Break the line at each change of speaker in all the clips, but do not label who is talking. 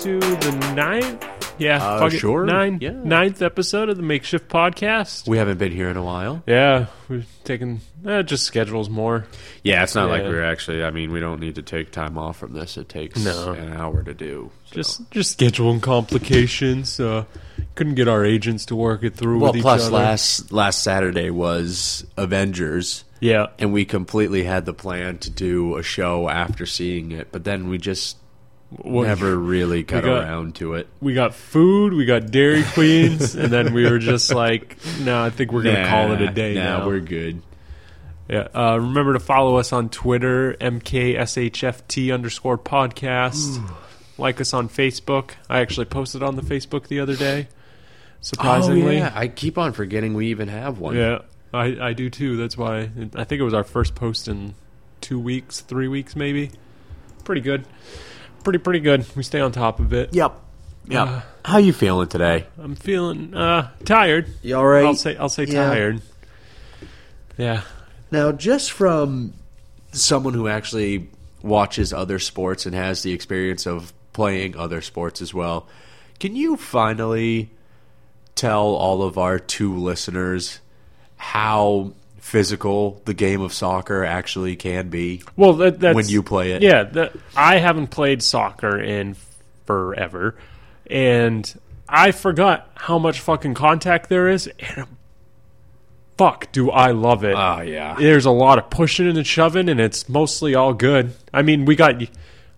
uh, Nine? Yeah.
Uh,
fuck it.
sure.
Nine.
Yeah.
Ninth episode of the Makeshift Podcast.
We haven't been here in a while.
yeah. We've taken. Eh, just schedules more.
Yeah, it's not like
Yeah.
we're actually. I mean, we don't need to take time off from this. It takes
No.
an hour to do. so.
Just just scheduling complications. Uh, couldn't get our agents to work it through
well,
with each
plus
other.
last last Saturday was Avengers,
yeah.
and we completely had the plan to do a show after seeing it, but then we just
Well,
never really got,
got-
around to it.
We got food. We got Dairy Queens, and then we were just like, "No, I think we're gonna call it a day
Nah,
now."
we're good.
Yeah. Uh, remember to follow us on Twitter, MKSHFT underscore podcast. Like us on Facebook. I actually posted on the Facebook the other day, surprisingly.
Oh, yeah. I keep on forgetting we even have one.
Yeah, I, I do too. That's why I think it was our first post in two weeks, three weeks maybe. Pretty good. Pretty, pretty good. We stay on top of it.
Yep. Yep. How you feeling today?
I'm feeling uh, tired.
You all right?
I'll say I'll say
Yeah.
tired. Yeah.
Now, just from someone who actually watches other sports and has the experience of playing other sports as well, can you finally tell all of our two listeners how physical the game of soccer actually can be?
Well, that, that's
When you play it.
Yeah, that, I haven't played soccer in forever, and I forgot how much fucking contact there is. And fuck, do I love it?
Oh, yeah.
There's a lot of pushing and shoving, and it's mostly all good. I mean, we got.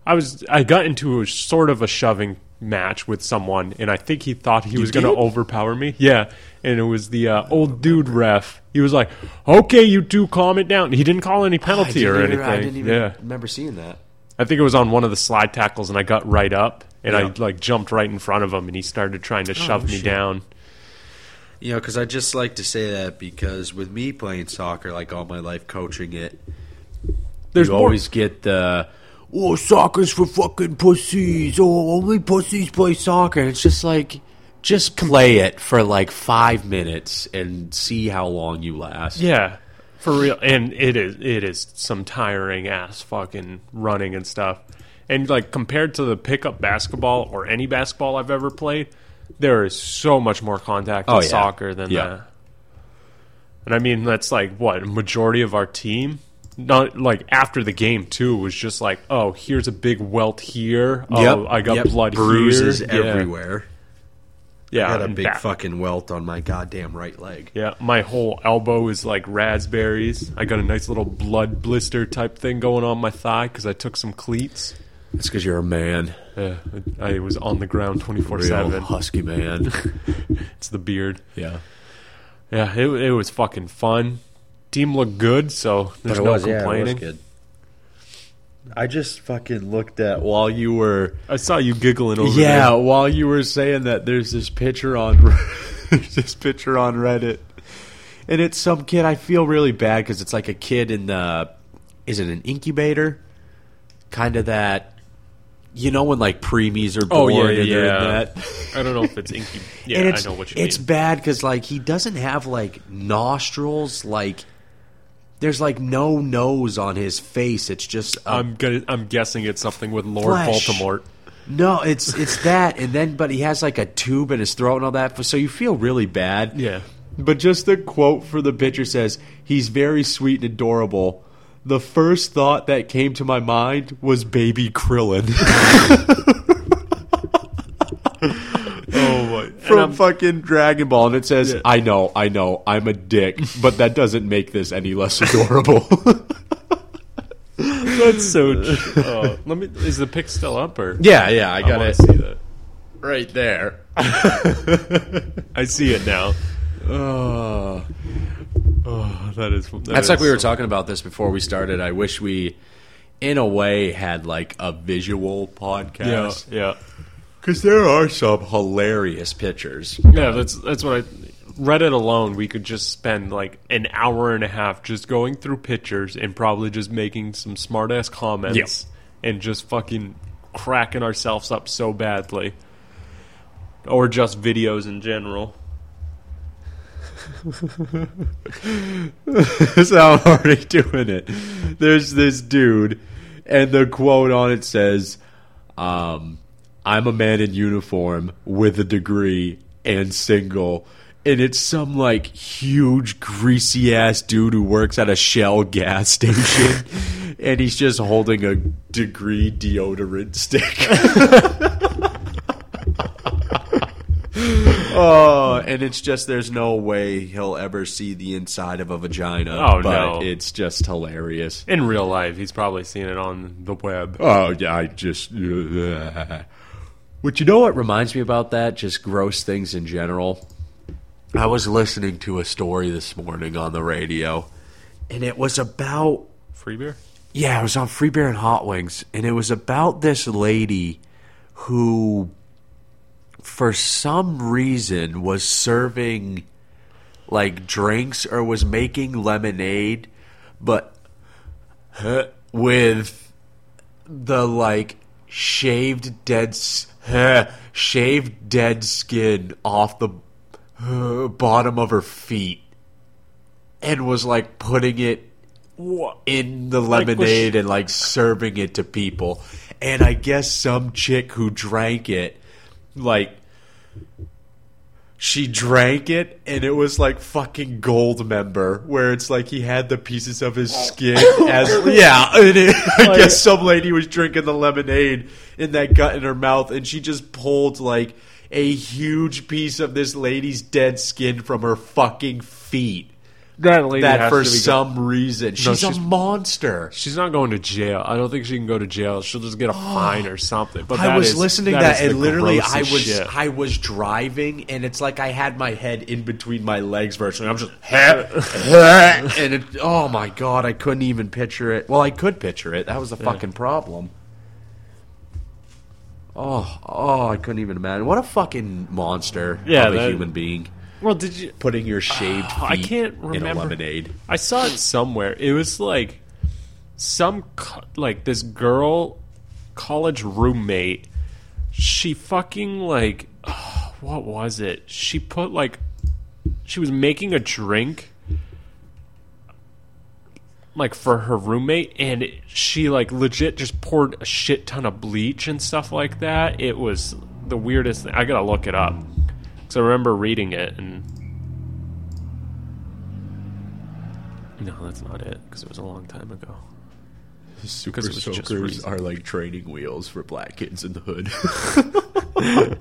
I was I got into a sort of a shoving match with someone, and I think he thought he was going to
did?
overpower me. Yeah, and it was the uh, old dude ref. He was like, "Okay, you two, calm it down." He didn't call any penalty or anything. yeah,
remember seeing that.
I think it was on one of the slide tackles, and I got right up, and
Yeah. Oh,
I like jumped right in front of him, and he started trying to shove me
shit.
down.
You know, because I just like to say that because with me playing soccer, like all my life coaching it,
There's
you
more-
always get the oh soccer's for fucking pussies. Oh, only pussies play soccer. And it's just like just play it for like five minutes and see how long you last.
Yeah, for real. And it is it is some tiring ass fucking running and stuff. And like compared to the pickup basketball or any basketball I've ever played, there is so much more contact in
Oh, yeah.
soccer than
Yeah.
that. And I mean that's like what majority of our team. Not like after the game too was just like oh here's a big welt here oh I got
Yep.
blood
bruises
here.
everywhere.
yeah,
I had a
and
big
back-
fucking welt on my goddamn right leg.
Yeah, my whole elbow is like raspberries. I got a nice little blood blister type thing going on my thigh because I took some cleats.
It's because you're a man,
Uh, I was on the ground twenty four
real
seven.
husky man.
It's the beard.
yeah,
Yeah, it, it was fucking fun. Team looked good, so there's no complaining.
I just fucking looked at while you were
I saw you giggling over
yeah,
there.
while you were saying that, there's this picture on there's this picture on Reddit, and it's some kid. I feel really bad because it's like a kid in the is it an incubator? Kind of that, you know, when like preemies are
Oh
born
yeah,
and they're in
yeah.
that.
I don't know if it's inky. Yeah,
and it's,
I know what you
it's
mean.
bad because like he doesn't have like nostrils. Like there's like no nose on his face. It's just a
I'm gonna, I'm guessing it's something with Lord
Flesh.
Baltimore.
No, it's it's that, and then but he has like a tube in his throat and all that, so you feel really bad.
Yeah.
But just the quote for the picture says, "He's very sweet and adorable." The first thought that came to my mind was baby Krillin
Oh my! and
from
I'm-
fucking Dragon Ball, and it says,
Yeah.
"I know, I know, I'm a dick, but that doesn't make this any less adorable."
That's so. ch- oh, let me. Is the pic still up or? Oh,
yeah, yeah, I
I
got
want
it
to see that.
right there.
I see it now.
Oh.
Uh, Oh, that is. that
That's
is
like we were
so-
talking about this before we started. I wish we, in a way, had like a visual
Yeah,
podcast
yeah,
because there are some hilarious pictures.
yeah. That's that's what I. Reddit alone, we could just spend like an hour and a half just going through pictures and probably just making some smart ass comments and just fucking cracking ourselves up so badly, or just videos in general.
so I'm already doing it. There's this dude, and the quote on it says, um, I'm a man in uniform with a degree and single. And it's some like huge greasy ass dude who works at a Shell gas station, and he's just holding a degree deodorant stick. oh, and it's just there's no way he'll ever see the inside of a vagina.
Oh,
but
no.
it's just hilarious.
In real life, he's probably seen it on the web.
Oh yeah, I just. Which you know what reminds me about that? Just gross things in general. I was listening to a story this morning on the radio, and it was about
Free beer?
yeah, it was on Free Beer and Hot Wings, and it was about this lady who, for some reason, was serving like drinks or was making lemonade, but with the like shaved dead s- shaved dead skin off the uh, bottom of her feet and was like putting it in the
was-
lemonade and like serving it to people and i guess some chick who drank it like she drank it and it was like fucking gold member where it's like he had the pieces of his skin as yeah and it, i guess some lady was drinking the lemonade and that got in her mouth and she just pulled like a huge piece of this lady's dead skin from her fucking feet
That lady
that for some reason she's,
she's-
a monster
She's not going to jail. I don't think she can go to jail. She'll just get a fine or something. But
Oh, I
that
was
is-
listening to that
is
and
the
literally I
grossest
was
shit.
I was driving and it's like I had my head in between my legs virtually. I'm just and it, oh my god, I couldn't even picture it. Well, I could picture it. That was the fucking problem. Oh, oh, I couldn't even imagine. What a fucking monster
Yeah,
of a
that-
human being
Well, did you?
putting your shaved feet
I can't
in a
remember.
lemonade.
I saw it somewhere. It was like some co- like this girl college roommate. She fucking like what was it? She put like she was making a drink like for her roommate and she like legit just poured a shit ton of bleach and stuff like that. It was the weirdest thing. I got to look it up. Cuz I remember reading it and No, that's not it because it was a long time ago.
Super
it was just recent.
are like training wheels for black kids in the hood.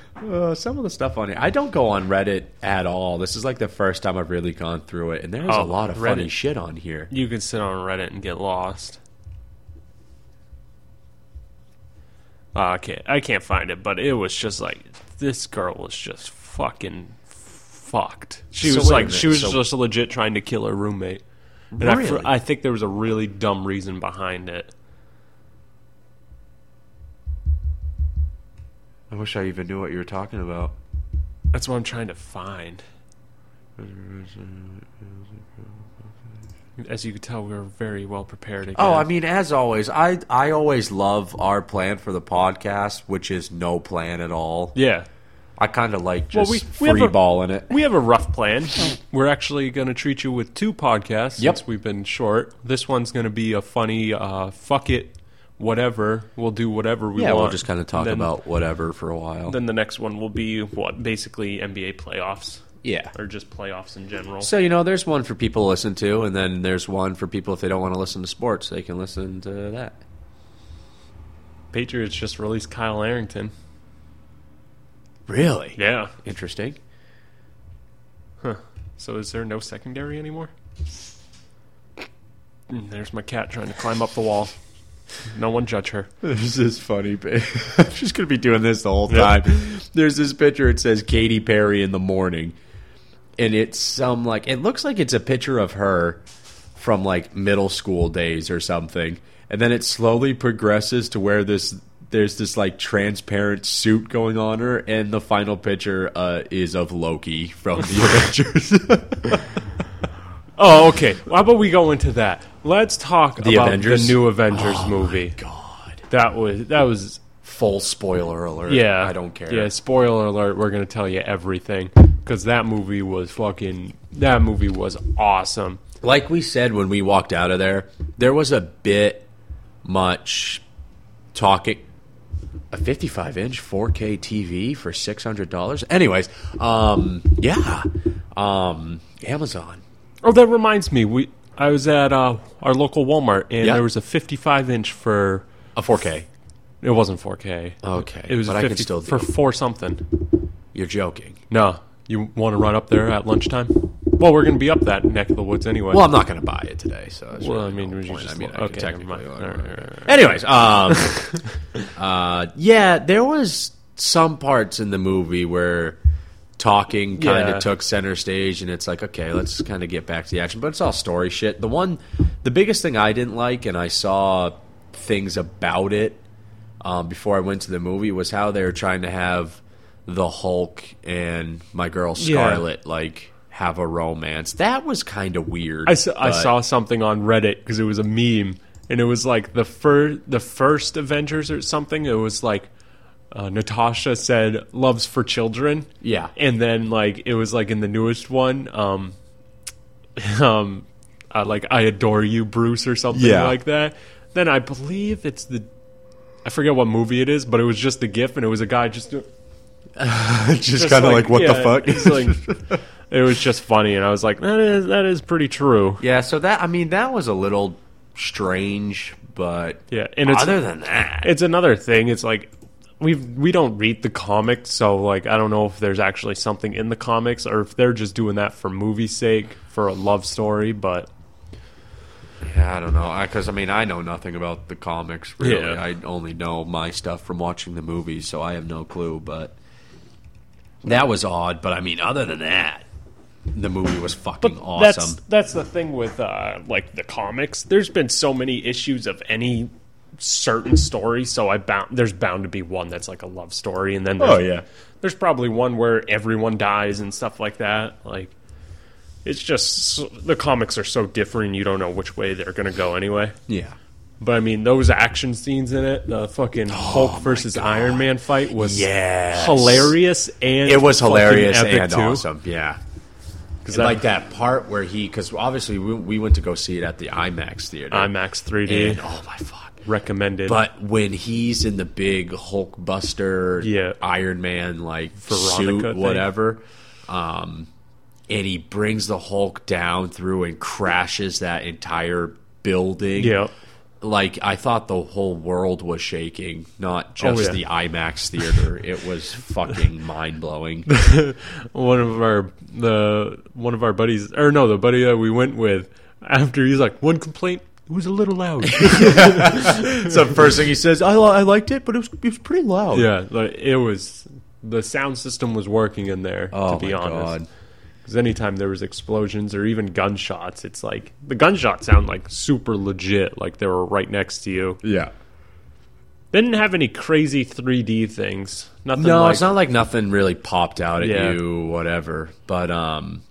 uh, some of the stuff on here, I don't go on Reddit at all. This is like the first time I've really gone through it, and there's a
Oh,
lot of funny
Reddit.
shit on here.
You can sit on Reddit and get lost. Uh, okay, I can't find it, but it was just like this girl was just fucking fucked. She
So
was
wait a
like,
minute,
she was
so-
just legit trying to kill her roommate, and I, fr-
Really?
I think there was a really dumb reason behind it.
I wish I even knew what you were talking about.
That's what I'm trying to find. As you could tell, we were very well prepared. Again.
Oh, I mean, as always, I I always love our plan for the podcast, which is no plan at all.
yeah.
I kind of like
Well,
just
we- we have a-
free balling it.
We have a rough plan. We're actually going to treat you with two podcasts
Yep.
since we've been short. This one's going to be a funny uh, fuck it, whatever. We'll do whatever we
Yeah,
want.
we'll just kind of talk
Then-
about whatever for a while.
Then the next one will be what basically NBA playoffs
yeah.
or just playoffs in general.
So you know, there's one for people to listen to, and then there's one for people if they don't want to listen to sports, they can listen to that.
Patriots just released Kyle Arrington.
Really?
Yeah.
Interesting.
So is there no secondary anymore? Mm, There's my cat trying to climb up the wall. No one judge her.
This is funny. but I'm just gonna be doing this the whole
Yeah.
time. There's this picture. It says Katy Perry in the morning, and it's some like it looks like it's a picture of her from like middle school days or something, and then it slowly progresses to where this there's this like transparent suit going on her, and the final picture uh, is of Loki from the Avengers.
Oh, okay. How about we go into that? Let's talk about
Avengers? Oh,
the new Avengers movie.
God.
That was that was
Full spoiler alert.
yeah.
I don't care.
Yeah, spoiler alert. We're gonna tell you everything because that movie was fucking. That movie was awesome.
Like we said when we walked out of there, there was a bit much talking a 55 inch 4K TV for $600. Anyways, um, yeah, um, Amazon.
Oh, that reminds me. We I was at uh, our local Walmart and
Yeah.
there was a 55 inch for
A 4K.
it wasn't 4K.
Okay,
it was
but
50
I could still do
for
it.
four something.
You're joking.
No, you want to run up there at lunchtime? Well, we're going to be up that neck of the woods anyway.
Well, I'm not going to buy it today, so. it's
Well,
really
I mean,
no
we should
point.
just
I mean, I
okay,
could
never mind.
technically.
All right, all right, all right.
Anyways, um, uh, yeah, there was some parts in the movie where talking kind of
Yeah.
took center stage, and it's like, okay, let's kind of get back to the action, but it's all story shit. The one, the biggest thing I didn't like, and I saw things about it um, before I went to the movie, was how they were trying to have the Hulk and my girl
Yeah.
Scarlet like have a romance. That was kind of weird.
I saw, I
but-
saw something on Reddit because it was a meme, and it was like the first the first Avengers or something. It was like uh, Natasha said, "Loves for children."
Yeah.
and then like it was like in the newest one, um, um, uh, like I adore you, Bruce, or something
Yeah.
like that. Then I believe it's the I forget what movie it is, but it was just a GIF, and it was a guy just doing
just
just yeah, it's like- it was just funny, and I was like, that is that is pretty true.
Yeah, so that I mean that was a little strange, but
Yeah, and it's
other than that,
it's another thing. It's like we we don't read the comics, so like I don't know if there's actually something in the comics or if they're just doing that for movie's sake for a love story. But
yeah, I don't know. Because I, mean, I know nothing about the comics. Really,
Yeah.
I only know my stuff from watching the movies, so I have no clue. But that was odd. But I mean, other than that, the movie was fucking
that's
awesome.
that's the thing with uh, like the comics. There's been so many issues of any certain story, so I bound there's bound to be one that's like a love story, and then
Oh,
there's- there's probably one where everyone dies and stuff like that. Like. It's just s- the comics are so different, you don't know which way they're going to go anyway.
yeah.
But I mean, those action scenes in it, the fucking Hulk versus Iron Man fight was
Oh Yes.
hilarious and
It was
fucking
hilarious
epic,
and
too.
awesome. Yeah.
Because
And
that
like that part where he, because obviously we, we went to go see it at the IMAX theater.
IMAX 3D
And, oh my fuck.
recommended.
But when he's in the big Hulk Buster,
Yeah.
Iron Man like
Veronica
suit,
thing.
whatever, um, and he brings the Hulk down through and crashes that entire building.
yeah,
Like I thought the whole world was shaking, not just
Oh, yeah.
the IMAX theater. it was fucking mind blowing.
one of our the one of our buddies, or no, the buddy that we went with. After he's like, one complaint, it was a little loud.
so first thing he says, I, li- I liked it, but it was it was pretty loud.
yeah, like, it was. The sound system was working in there.
Oh
to be
my
honest.
god.
Because anytime there was explosions or even gunshots, it's like the gunshots sound like super legit, like they were right next to you.
Yeah.
They didn't have any crazy 3D things. Nothing.
No,
like,
it's not like nothing really popped out at
Yeah.
you, whatever. But um,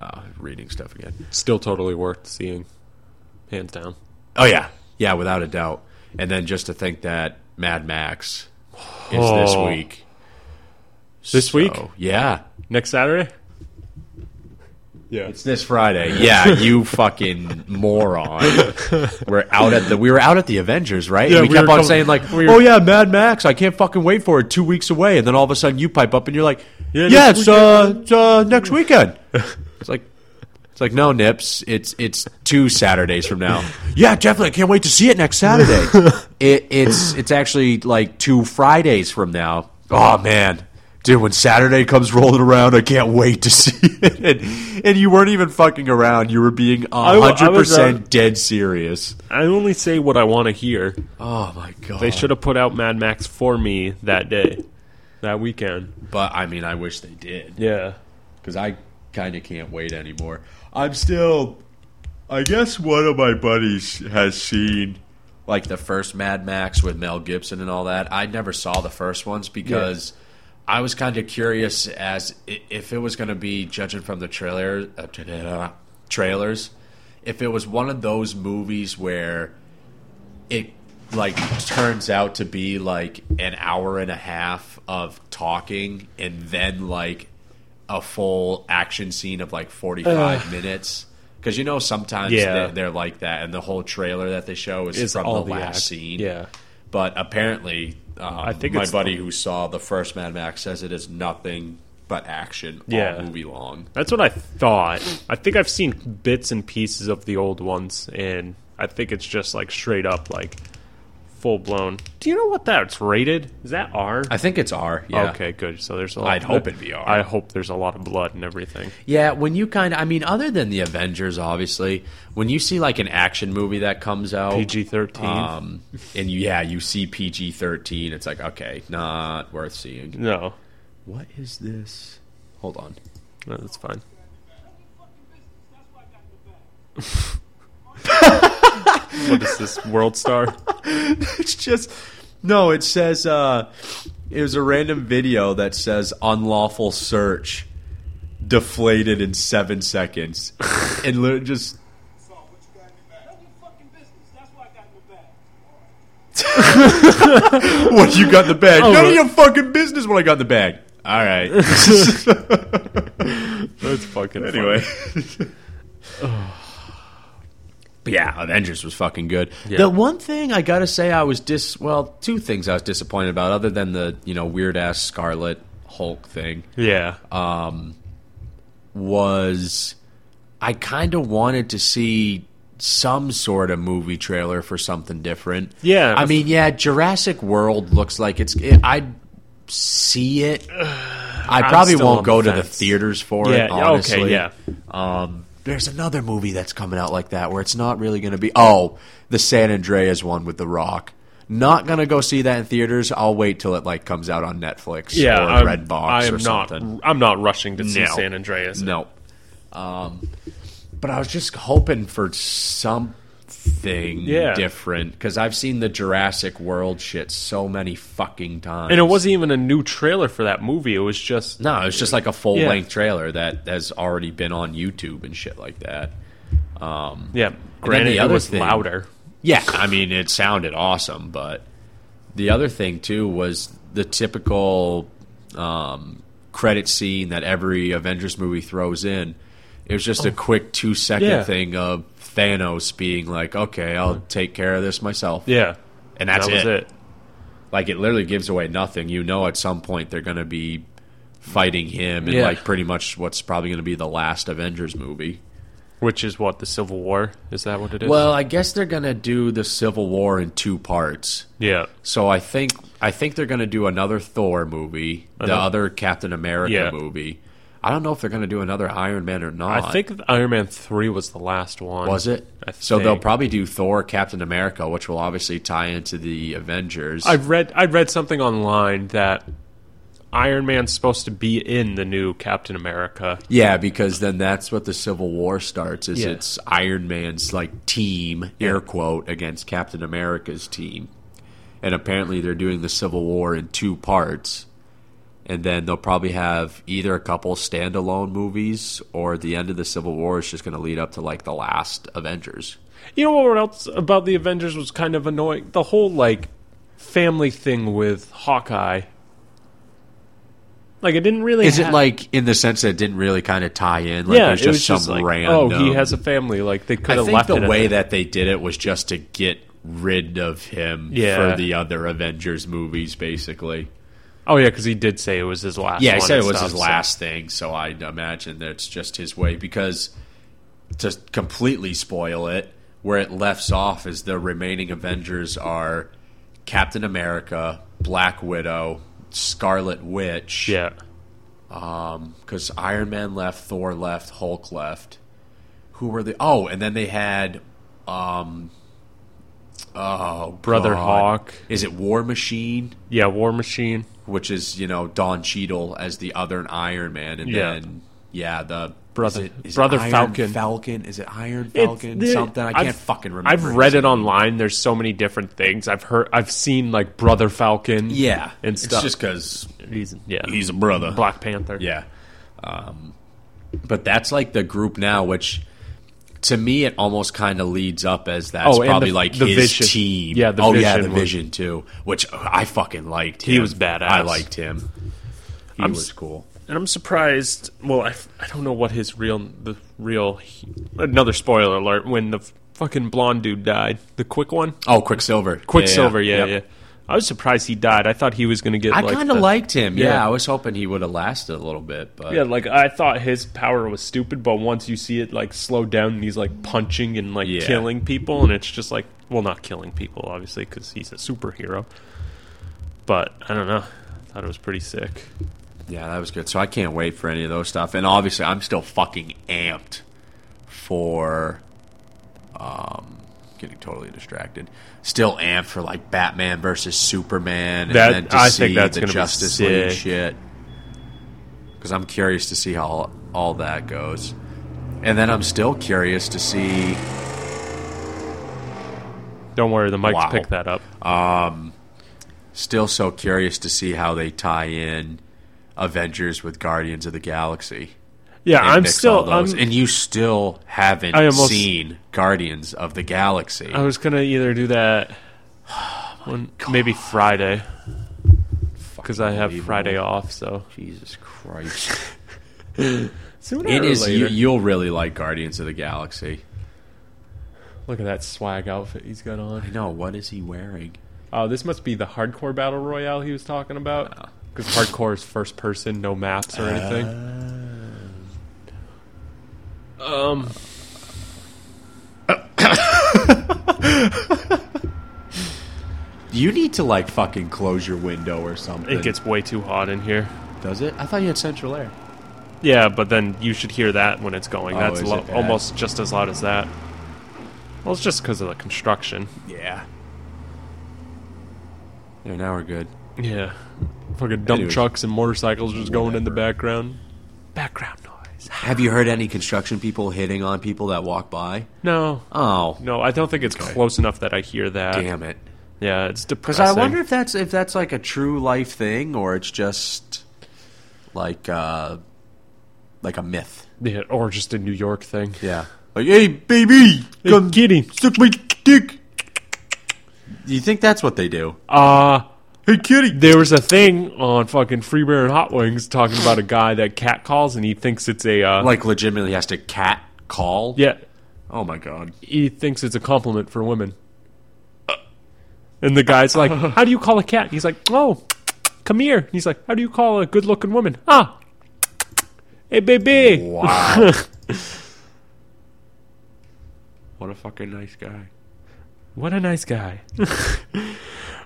uh, reading stuff again.
Still totally worth seeing, hands down.
Oh yeah, yeah, without a doubt. And then just to think that Mad Max is this
Oh.
week.
This
So,
week?
yeah,
Next Saturday. Yeah.
it's this Friday. Yeah, you fucking moron. We're out at the we were out at the Avengers, right?
Yeah,
and we,
we
kept
were
on
com-
saying like,
we were-
"Oh yeah, Mad Max, I can't fucking wait for it." 2 weeks away, and then all of a sudden you pipe up and you're like, "Yeah,
Yeah, next
it's, uh, it's uh next weekend." it's like it's like, "No, Nips, it's it's 2 Saturdays from now." yeah, definitely. I can't wait to see it next Saturday. it it's it's actually like 2 Fridays from now. Oh man. Dude, when Saturday comes rolling around, I can't wait to see it. And, and you weren't even fucking around. You were being
w- I was, uh,
100% dead serious.
I only say what I want to hear.
Oh my god!
They should have put out Mad Max for me that day, that weekend.
but I mean, I wish they did
Yeah.
because I kind of can't wait anymore. I'm still. I guess one of my buddies has seen like the first Mad Max with Mel Gibson and all that. I never saw the first ones because I was kind of curious as i- if it was going to be judging from the trailer uh, tra- trailers, if it was one of those movies where it like turns out to be like an hour and a half of talking and then like a full action scene of like 45 minutes. 'Cause minutes because you know sometimes
Yeah.
they're, they're like that and the whole trailer that they show is
It's
from
all
the
the
last
act-
scene
Yeah.
But apparently, um,
I think
my
it's
buddy who saw the first Mad Max says it is nothing but action
Yeah.
all movie long.
That's what I thought. I think I've seen bits and pieces of the old ones, and I think it's just like straight up, like full blown. Do you know what that's rated? Is that R?
I think it's R. Yeah.
Okay, good. So there's a lot.
I'd hope it'd be R.
I hope there's a lot of blood and everything.
Yeah, when you kind of, I mean, other than the Avengers, obviously, when you see like an action movie that comes out,
PG thirteen.
um, and you, yeah, you see PG thirteen, it's like okay, not worth seeing.
no,
What is this? Hold on.
no, that's fine. what is this world star?
It's just no. It says uh, it was a random video that says unlawful search deflated in seven seconds, and lit- just
Saul, what you got in your bag? None of your fucking business. That's why I got in your bag.
what you got in the bag?
Oh,
None of
right.
your fucking business. What I got in the bag? All right.
That's fucking funny.
anyway. But yeah, Avengers was fucking good.
Yeah.
The one thing I gotta say, I was dis well, two things I was disappointed about, other than the you know weird ass Scarlet Hulk thing,
Yeah,
Uh, was I kind of wanted to see some sort of movie trailer for something different.
Yeah.
I mean, yeah, Jurassic World looks like it's. It, I'd see it. I probably
still on
won't
the
go to the
fence.
theaters for
yeah.
it.
yeah,
Honestly.
Okay. Yeah.
There's another movie that's coming out like that where it's not really going to be. Oh, the San Andreas one with The Rock. Not going to go see that in theaters. I'll wait till it like comes out on Netflix
Yeah.
or
I'm,
Redbox
I am
or
not.
something.
I'm not rushing to see
No.
San Andreas.
No. Um, but I was just hoping for something
Yeah.
different because I've seen the Jurassic World shit so many fucking times.
And it wasn't even a new trailer for that movie. It was just
No, it's just like a full length trailer that has already been on YouTube and shit like that.
yeah. Granted,
the other
it was
thing-
louder.
Yeah, I mean, it sounded awesome, but the other thing too was the typical um, credit scene that every Avengers movie throws in. It was just a quick two second
Oh. Yeah. Mm-hmm.
thing of Thanos being like, "Okay, I'll take care of this myself,"
Yeah,
and that's
that was
it.
it.
Like, it literally gives away nothing. You know, at some point they're going to be fighting him, and
Yeah.
like pretty much what's probably going to be the last Avengers movie.
Which is what the Civil War is that what it is?
Well, I guess they're going to do the Civil War in two parts.
yeah,
So I think I think they're going to do another Thor movie, the
Another-
other Captain America
Yeah.
movie. I don't know if they're going to do another Iron Man or not.
I think Iron Man three was the last one.
Uh, was it?
I
So they'll
think.
probably do Thor, Captain America, which will obviously tie into the Avengers.
I read I read something online that Iron Man's supposed to be in the new Captain America.
yeah, because then that's what the Civil War starts. Is
Yeah.
it's Iron Man's like team, air quote, against Captain America's team, and apparently they're doing the Civil War in two parts. and then they'll probably have either a couple standalone movies or the end of the Civil War is just going to lead up to like the last Avengers.
You know what else about the Avengers was kind of annoying? The whole like family thing with Hawkeye. Like it didn't really.
Is it
ha-
like in the sense that it didn't really kind of tie in? Like
yeah,
there's
it was
just some
just like,
random.
oh, he has a family. Like they
I
could have
think
left
the
it at
way
that.
that they did it was just to get rid of him
Yeah.
for the other Avengers movies, basically.
Oh yeah, because he did say it was his last.
Yeah,
one
he said it
and
was
stuff,
his
so-
last thing, so I imagine that's just his way because to completely spoil it, where it lefts off is the remaining Avengers are Captain America, Black Widow, Scarlet Witch.
Yeah,
because Iron Man left, Thor left, Hulk left. Who were the? Oh, and then they had, um, oh,
Brother
God.
Hawk.
Is it War Machine?
yeah, War Machine.
which is you know Don Cheadle as the other Iron Man, and
Yeah.
then yeah, the
Brother-
is it- is it
Brother
Iron
Falcon.
Falcon is it Iron
It's-
Falcon
there-
something? I can't
I've-
fucking remember.
I've read it
exactly.
online. There's so many different things. I've heard. I've seen like Brother Falcon.
yeah,
and stuff.
It's just because
He's- yeah,
he's a brother.
Black Panther.
Yeah, um, but that's like the group now, which. To me, it almost kind of leads up as that's
Oh, and
probably
the-
like
the
his
Vision.
team.
Yeah, the
oh yeah, the
Vision was-
Vision too, which uh, I fucking liked. Him.
He was badass.
I liked him. He
I'm
was
s-
cool.
and I'm surprised. Well, I, f- I don't know what his real the real another spoiler alert when the fucking blonde dude died, the quick one,
Oh, Quicksilver.
Quicksilver. Yeah, yeah.
Yep.
I was surprised he died. I thought he was going to get.
I
like,
kind of
the-
liked him. Yeah.
Yeah.
I was hoping he would have lasted a little bit, but
Yeah, like I thought his power was stupid, but once you see it like slow down, and he's like punching and like
Yeah.
killing people, and it's just like, well, not killing people, obviously, because he's a superhero. But I don't know. I thought it was pretty sick.
yeah, that was good. So I can't wait for any of those stuff. And obviously, I'm still fucking amped for. Um, getting totally distracted. Still amped for like Batman versus Superman, and
That-
then to
I
see
think that's
the
gonna be
Justice
sick.
League shit. Because I'm curious to see how all that goes, and then I'm still curious to see.
Don't worry, the mics
Wow.
picked that up.
Still so curious to see how they tie in Avengers with Guardians of the Galaxy.
Yeah,
and
I'm
mix
still.
all those.
I'm-
and you still haven't
I almost-
seen Guardians of the Galaxy.
I was gonna either do that,
Oh
on maybe Friday, because I have
unbelievable.
Friday off. So
Jesus Christ!
sooner
it
or
is. You,
later.
you'll really like Guardians of the Galaxy.
Look at that swag outfit he's got on.
No, what is he wearing?
Oh, this must be the hardcore battle royale he was talking about. Because hardcore is first person, no maps or anything.
Uh,
um.
You need to like fucking close your window or something.
It gets way too hot in here.
does it? I thought you had central air.
Yeah, but then you should hear that when it's going.
Oh,
That's
is
lo-
it bad?
almost just as loud as that. Well, it's just because of the construction.
Yeah. There, now we're good.
Yeah. Fucking dump
Anyways.
trucks and motorcycles just going in the background. Background noise.
Have you heard any construction people hitting on people that walk by?
No.
Oh,
No, I don't think it's close enough that I hear that.
damn it!
Yeah, it's
Because
depressing.
I wonder if that's if that's like a true life thing or it's just like uh like a myth.
Yeah, or just a New York thing.
Yeah. Like, hey, baby, come
kitty.
suck my dick. You think that's what they do?
Uh,
Hey, kitty.
there was a thing on fucking Free Bear and Hot Wings talking about a guy that cat calls and he thinks it's a, uh,
Like, legitimately has to cat call.
yeah,
Oh my god.
he thinks it's a compliment for women. And the guy's like, how do you call a cat? He's like, oh, come here. And he's like, how do you call a good looking woman? Ah, hey, baby.
Wow. what a fucking nice guy.
What a nice guy.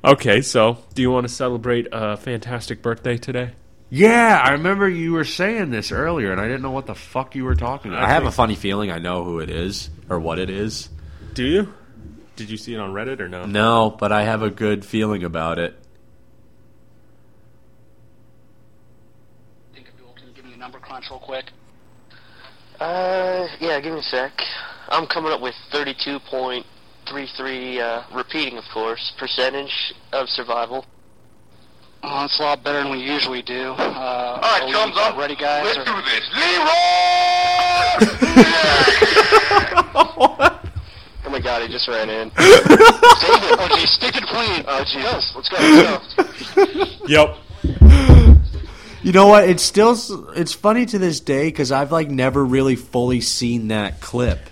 okay, so do you want to celebrate a fantastic birthday today?
Yeah, I remember you were saying this earlier, and I didn't know what the fuck you were talking about. I have a funny feeling I know who it is or what it is.
Do you? Did you see it on Reddit or no?
No, but I have a good feeling about it.
Think Abdul can give me a number crunch real quick?
Uh, yeah, give me a sec. I'm coming up with 32.33, uh, repeating, of course, percentage of survival.
Well, it's Oh, a lot better than we usually do. Uh,
All
are
right,
we
thumbs up.
Ready, guys?
Let's
or-
do this. Leroy!
Oh my god, he just ran in.
David, oh, geez, stick to the plan.
Oh, Jesus. Let's go, let's go.
Yep.
You know what? It's still s- it's funny to this day because I've like never really fully seen that clip.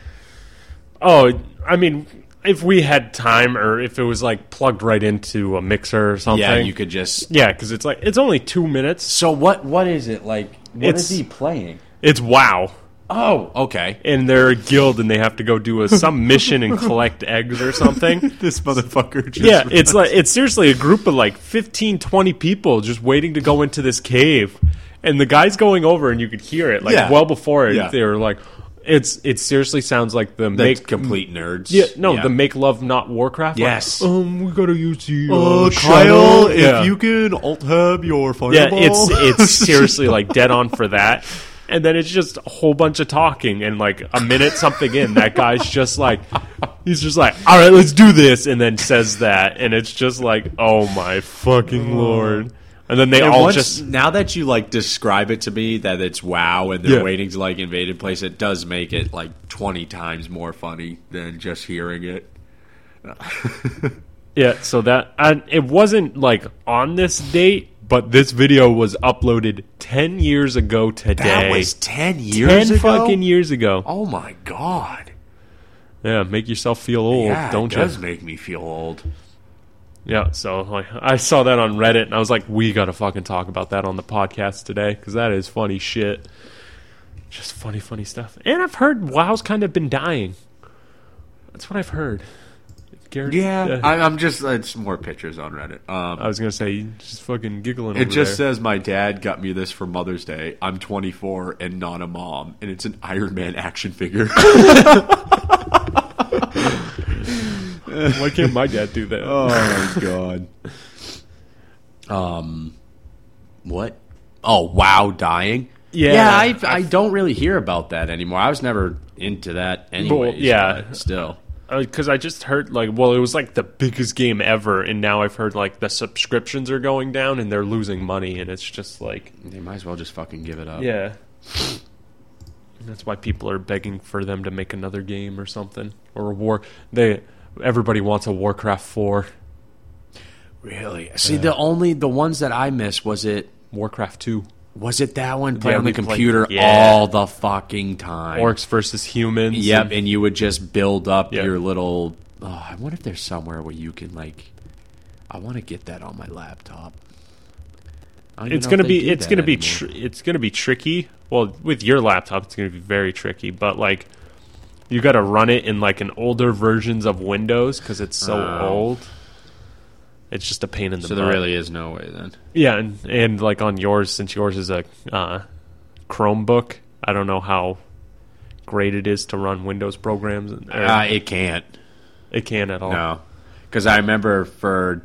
Oh, I mean, if we had time, or if it was like plugged right into a mixer or something,
could just.
Yeah, because it's like it's only two minutes.
So what? What is it like? What
It's-
is he playing?
It's WoW,
Oh, okay.
and they're a guild, and they have to go do a, some mission and collect eggs or something.
This motherfucker. Just
Yeah, it's like it's seriously a group of like 15, 20 people just waiting to go into this cave, and the guy's going over, and you could hear it like
Yeah.
well before it.
Yeah.
They were like, "It's it seriously sounds like the
That's
make
complete nerds.
yeah no the make love not Warcraft like,
Yes.
um we gotta use the
Uh,
uh,
Kyle,
shuttle."
if
Yeah.
you can alt tab your fireball.
Yeah, it's it's seriously like dead on for that. And then it's just a whole bunch of talking and like a minute something in that guy's just like he's just like all right, let's do this and then says that and it's just like oh my fucking lord. And then they
And
all
once-
just
now that you like describe it to me that it's wow and they're
Yeah.
waiting to like invade a place, it does make it like twenty times more funny than just hearing it.
yeah, so that and it wasn't like on this date, but this video was uploaded 10 years ago today.
That was ten years
10
ago.
fucking years ago.
Oh my god!
Yeah, make yourself feel old,
yeah,
don't
it does
you?
make me feel old.
Yeah, so like I saw that on Reddit and I was like, we gotta fucking talk about that on the podcast today because that is funny shit. Just funny, funny stuff. And I've heard WoW's kind of been dying. That's what I've heard. Garrett, uh, I,
I, I'm just it's more pictures on Reddit. Um,
was gonna say you just fucking giggling.
It
Uh, over
just
there.
says my dad got me this for Mother's Day. I'm 24 and not a mom, and it's an Iron Man action figure.
why can't my dad do that?
oh my god. Um, what? Oh wow, dying.
Yeah.
yeah I, I don't really hear about that anymore. I was never into that anyways.
yeah.
but still.
because I just heard like, well, it was like the biggest game ever, and now I've heard like the subscriptions are going down and they're losing money, and it's just like,
They might as well just fucking give it up.
yeah, that's why people are begging for them to make another game or something or a war. They everybody wants a Warcraft four,
Really? See, the only the ones that I missed was it
Warcraft two,
was it that one played
Yeah,
on the
we played-
computer
yeah.
all the fucking time.
orcs versus humans.
Yep, and you would just build up
Yep.
your little. Oh, I wonder if there's somewhere where you can like. I want to get that on my laptop. I don't even
it's
know if
gonna
they
be
do
it's
that
gonna be
anymore.
tr- it's gonna be tricky. Well, with your laptop, it's gonna be very tricky. But like, you got to run it in like an older versions of Windows because it's so
Oh.
old. It's just a pain in the
So
butt.
there really is no way then.
yeah, and, and like on yours, since yours is a uh, Chromebook, I don't know how great it is to run Windows programs. and- or
Uh, it can't.
it can at all.
No, because I remember for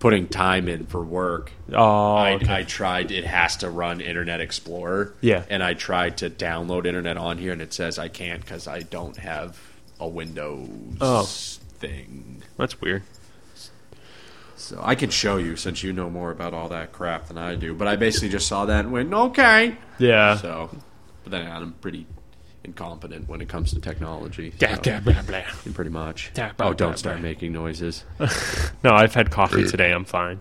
putting time in for work.
Oh,
I,
okay.
I tried. It has to run Internet Explorer.
Yeah.
and I tried to download Internet on here, and it says I can't because I don't have a Windows
Oh.
thing.
that's weird.
So I can show you since you know more about all that crap than I do. But I basically just saw that and went, okay.
Yeah.
So, but then I'm pretty incompetent when it comes to technology.
Da-
so-
da- blah, blah.
Pretty much.
Da- blah,
Oh,
blah,
don't start
blah.
making noises.
No, I've had coffee today. I'm fine.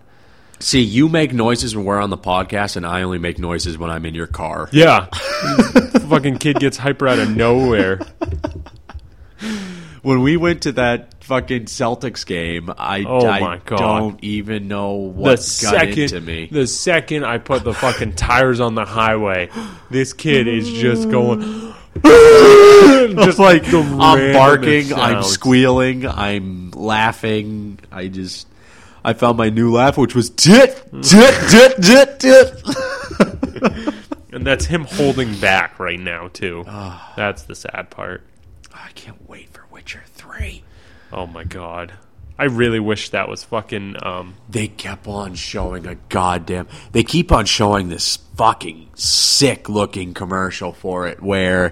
See, you make noises when we're on the podcast, and I only make noises when I'm in your car.
Yeah. fucking kid gets hyper out of nowhere.
When we went to that fucking Celtics game, I,
Oh
I
my God.
don't even know
The
what got into
second
me.
the second I put the fucking tires on the highway, this kid is just going just like the
I'm
randomest
barking, I'm
sounds.
squealing, I'm laughing. I just I found my new laugh which was dit dit dit dit dit.
And that's him holding back right now too. that's the sad part.
I can't wait for Witcher 3.
Oh my god. I really wish that was fucking um
They kept on showing a goddamn They keep on showing this fucking sick looking commercial for it where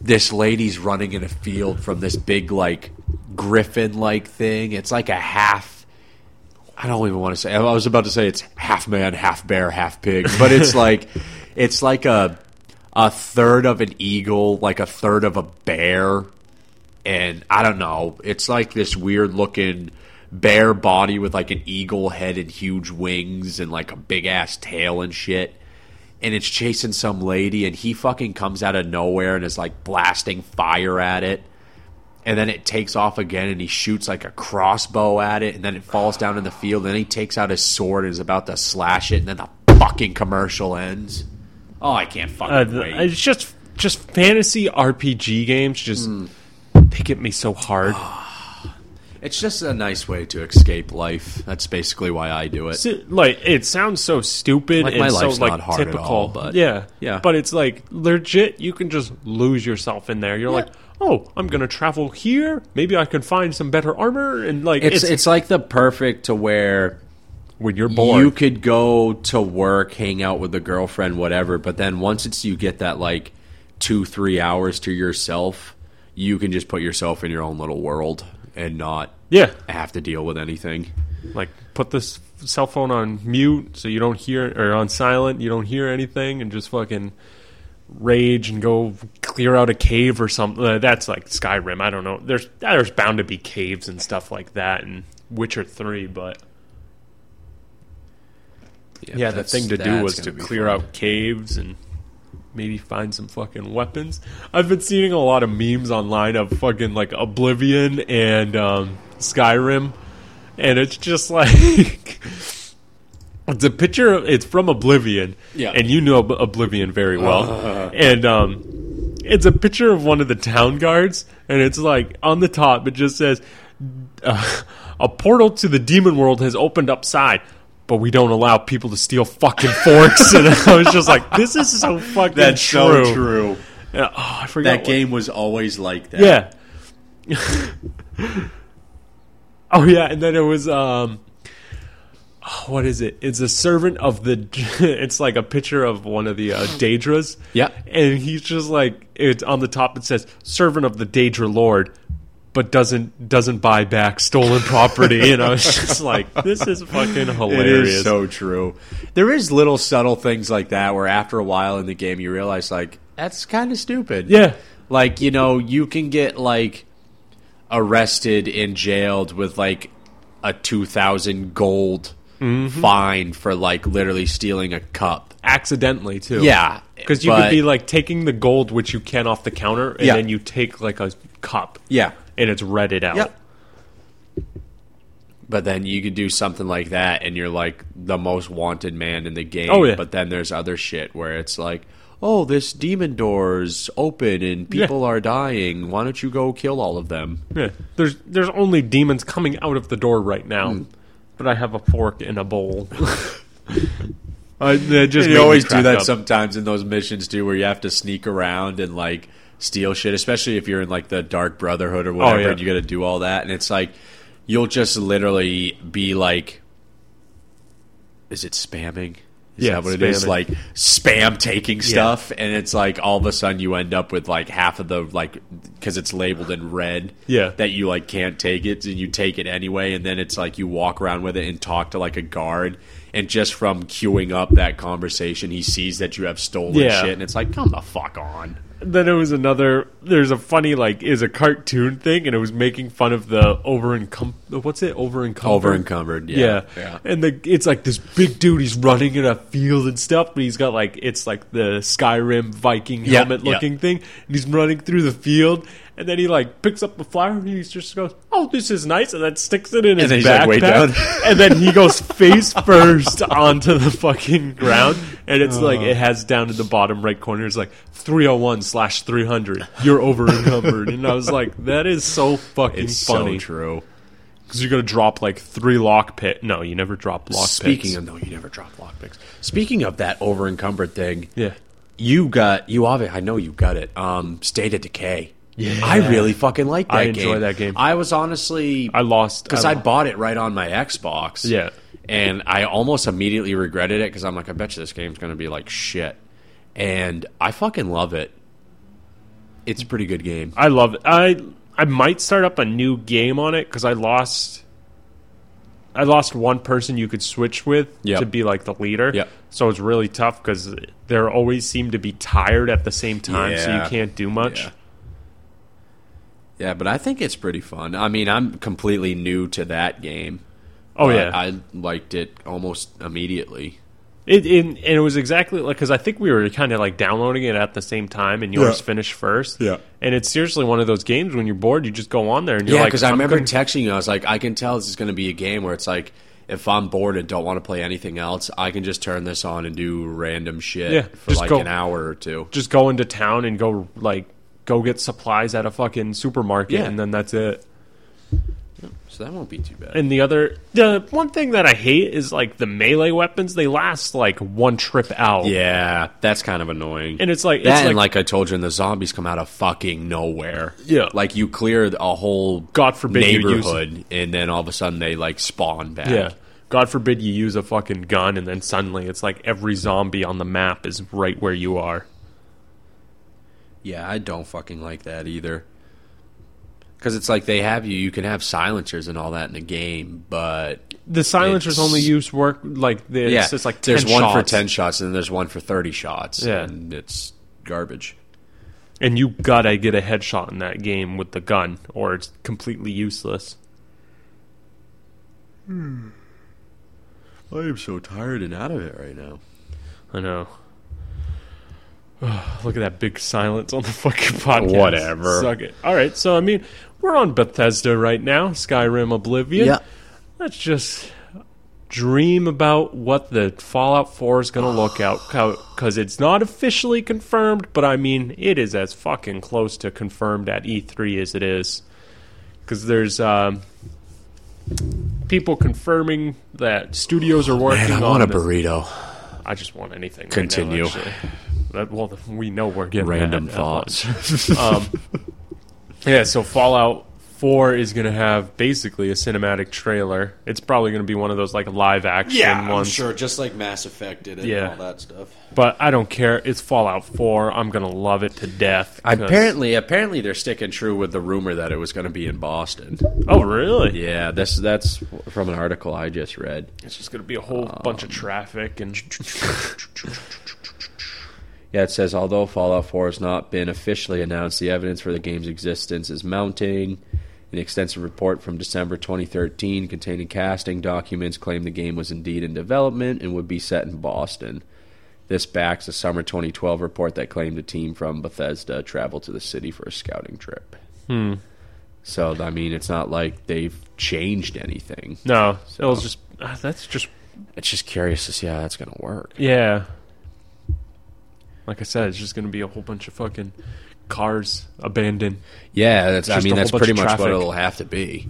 this lady's running in a field from this big like griffin like thing. It's like a half I don't even want to say. I was about to say it's half man, half bear, half pig, but it's like it's like a a third of an eagle, like a third of a bear, and I don't know. It's like this weird looking bear body with like an eagle head and huge wings and like a big ass tail and shit. And it's chasing some lady, and he fucking comes out of nowhere and is like blasting fire at it and then it takes off again and he shoots like a crossbow at it and then it falls down in the field and then he takes out his sword and is about to slash it and then the fucking commercial ends oh i can't fucking
uh, th-
wait
it's just just fantasy RPG games just
Hmm.
they get me so hard.
Ah. it's just a nice way to escape life that's basically why i do it
Si- like it sounds so stupid
Like,
and
my life's
so like
not hard at
typical
all, but-
yeah
yeah.
but it's like legit you can just lose yourself in there you're like oh i'm gonna travel here maybe i can find some better armor and like
it's, it's like the perfect to where
when you're bored
You could go to work, hang out with the girlfriend, whatever. But then once it's you get that like two, three hours to yourself, you can just put yourself in your own little world and not
yeah
have to deal with anything.
like put this cell phone on mute so you don't hear or on silent you don't hear anything and just fucking rage and go clear out a cave or something Uh, that's like skyrim i don't know there's there's bound to be caves and stuff like that and witcher 3 but yeah the thing to do was to clear out caves and maybe find some fucking weapons i've been seeing a lot of memes online of fucking like oblivion and um, skyrim and it's just like it's a picture. of- It's from Oblivion,
Yeah.
and you know Ob- Oblivion very well, and um, it's a picture of one of the town guards, and it's like on the top. It just says, uh, "A portal to the demon world has opened upside." But we don't allow people to steal fucking forks, and I was just like, "This is so fucking
That's
true."
so true.
And, oh, I forgot
That
what-
game was always like that.
yeah. oh yeah, and then it was um oh, what is it? It's a servant of the it's like a picture of one of the uh, Daedras.
Yeah.
And he's just like it's on the top it says servant of the Daedra lord but doesn't doesn't buy back stolen property and I was just like this is fucking hilarious.
It is so true. There is little subtle things like that where after a while in the game you realize like that's kind of stupid.
yeah.
Like, you know, you can get like arrested and jailed with like a 2000 gold
Mm-hmm.
fine for like literally stealing a cup.
Accidentally too.
Yeah.
Because you
but-
could be like taking the gold which you can off the counter, and
Yeah.
then you take like a cup,
Yeah.
and it's redded out.
Yep. But then you could do something like that, and you're like the most wanted man in the game.
Oh, yeah.
But then there's other shit where it's like, oh, this demon door's open and people are dying. Why don't you go kill all of them?
Yeah. There's there's only demons coming out of the door right now,
Hmm.
but I have a fork and a bowl. I, that just made
You
me
always do
crack
that
up.
sometimes in those missions too, where you have to sneak around and like steal shit, especially if you're in like the Dark Brotherhood or whatever.
Oh, yeah.
and You got to do all that, and it's like you'll just literally be like, "Is it spamming?" Is
Yeah,
that what it is?
spamming.
Like spam taking stuff, and it's like all of a sudden you end up with like half of the like because it's labeled in red.
Yeah.
that you like can't take it, and you take it anyway, and then it's like you walk around with it and talk to like a guard, and just from queuing up that conversation, he sees that you have stolen
Yeah.
shit, and it's like come the fuck on.
Then it was another. There's a funny like is a cartoon thing, and it was making fun of the over encum. What's it over encumbered?
Over encumbered, yeah.
Yeah. And the it's like this big dude, he's running in a field and stuff, but he's got like it's like the Skyrim Viking
Yeah,
helmet
yeah.
looking thing, and he's running through the field and then he like picks up the flower and he just goes, Oh, this is nice and then sticks it in his
then he's,
backpack
like, way down.
and then he goes face first onto the fucking ground and it's like it has down in the bottom right corner it's like three oh one slash three hundred. You're over encumbered and I was like, That is so fucking
It's
funny
so true.
because you're gonna drop like three lock pit. No, you never drop lock
Speaking
picks.
of no, you never drop lockpicks. Speaking of that over encumbered thing,
yeah,
You got you obviously I know you got it. Um State of Decay. Yeah. I really fucking like that
I
game.
enjoy that game.
I was honestly
I lost
because I,
lo-
bought it right on my Xbox.
Yeah.
And I almost immediately regretted it because I'm like, I bet you this game's gonna be like shit. And I fucking love it. It's a pretty good game.
I love it. I I might start up a new game on it because I lost. I lost one person you could switch with
Yep.
to be like the leader.
Yep.
So it's really tough because they always seem to be tired at the same time, so
Yeah.
you can't do much.
Yeah. Yeah, but I think it's pretty fun. I mean, I'm completely new to that game.
Oh
but
yeah,
I liked it almost immediately.
It, it and it was exactly like because I think we were kind of like downloading it at the same time, and yours finished first.
Yeah.
and it's seriously one of those games when you're bored, you just go on there and you're
Yeah,
like,
because I
I'm
remember
gonna-
texting you. I was like, I can tell this is going to be a game where it's like, if I'm bored and don't want to play anything else, I can just turn this on and do random shit
Yeah,
for
just
like
go-
an hour or two.
just go into town and go like go get supplies at a fucking supermarket,
Yeah.
and then that's it.
So that won't be too bad.
And the other, the one thing that I hate is like the melee weapons. They last like one trip out.
yeah, that's kind of annoying.
and it's like
that
it's
and
like,
like I told you, and the zombies come out of fucking nowhere.
Yeah.
like you cleared a whole
God forbid you use-
neighborhood, and then all of a sudden they like spawn back.
yeah. God forbid you use a fucking gun, and then suddenly it's like every zombie on the map is right where you are.
Yeah, I don't fucking like that either. Because it's like they have you, you can have silencers and all that in the game, but
The silencers
It's-
only use work like this.
yeah,
It's like 10
there's one for
shots.
ten shots and then there's one for thirty shots,
Yeah.
and it's garbage.
and you gotta get a headshot in that game with the gun, or it's completely useless.
I am so tired and out of it right now.
I know. Look at that big silence on the fucking podcast.
Whatever.
Suck it. All right, so I mean, we're on Bethesda right now, Skyrim Oblivion. let's just dream about what the Fallout 4 is going to look out because it's not officially confirmed, but I mean, it is as fucking close to confirmed at E3 as it is. Because there's um, people confirming that studios are working
Man, I
on
want a
this.
burrito.
I just want anything. right now,
Continue.
actually. That- well, we know we're getting
Random
that at
thoughts.
lunch. Yeah, so Fallout 4 is going to have basically a cinematic trailer. It's probably going to be one of those like live action ones.
just like Mass Effect did it
Yeah. all
that stuff.
But I don't care. It's Fallout 4. I'm going to love it to death. 'cause-
Apparently, apparently they're sticking true with the rumor that it was going to be in Boston.
Oh, really?
Yeah, this that's from an article I just read.
It's just going to be a whole
Um,
bunch of traffic and
Yeah, it says although Fallout 4 has not been officially announced, the evidence for the game's existence is mounting. An extensive report from December 2013 containing casting documents claimed the game was indeed in development and would be set in Boston. This backs a summer 2012 report that claimed a team from Bethesda traveled to the city for a scouting trip. Hmm. So, I mean, it's not like they've changed anything.
No, it was just ah, that's just
It's just curious to see how that's going to work.
yeah. Like I said, it's just going to be a whole bunch of fucking cars abandoned.
Yeah, that's, I
Just a
mean, that's
whole bunch
pretty
of
much what
traffic.
it'll have to be.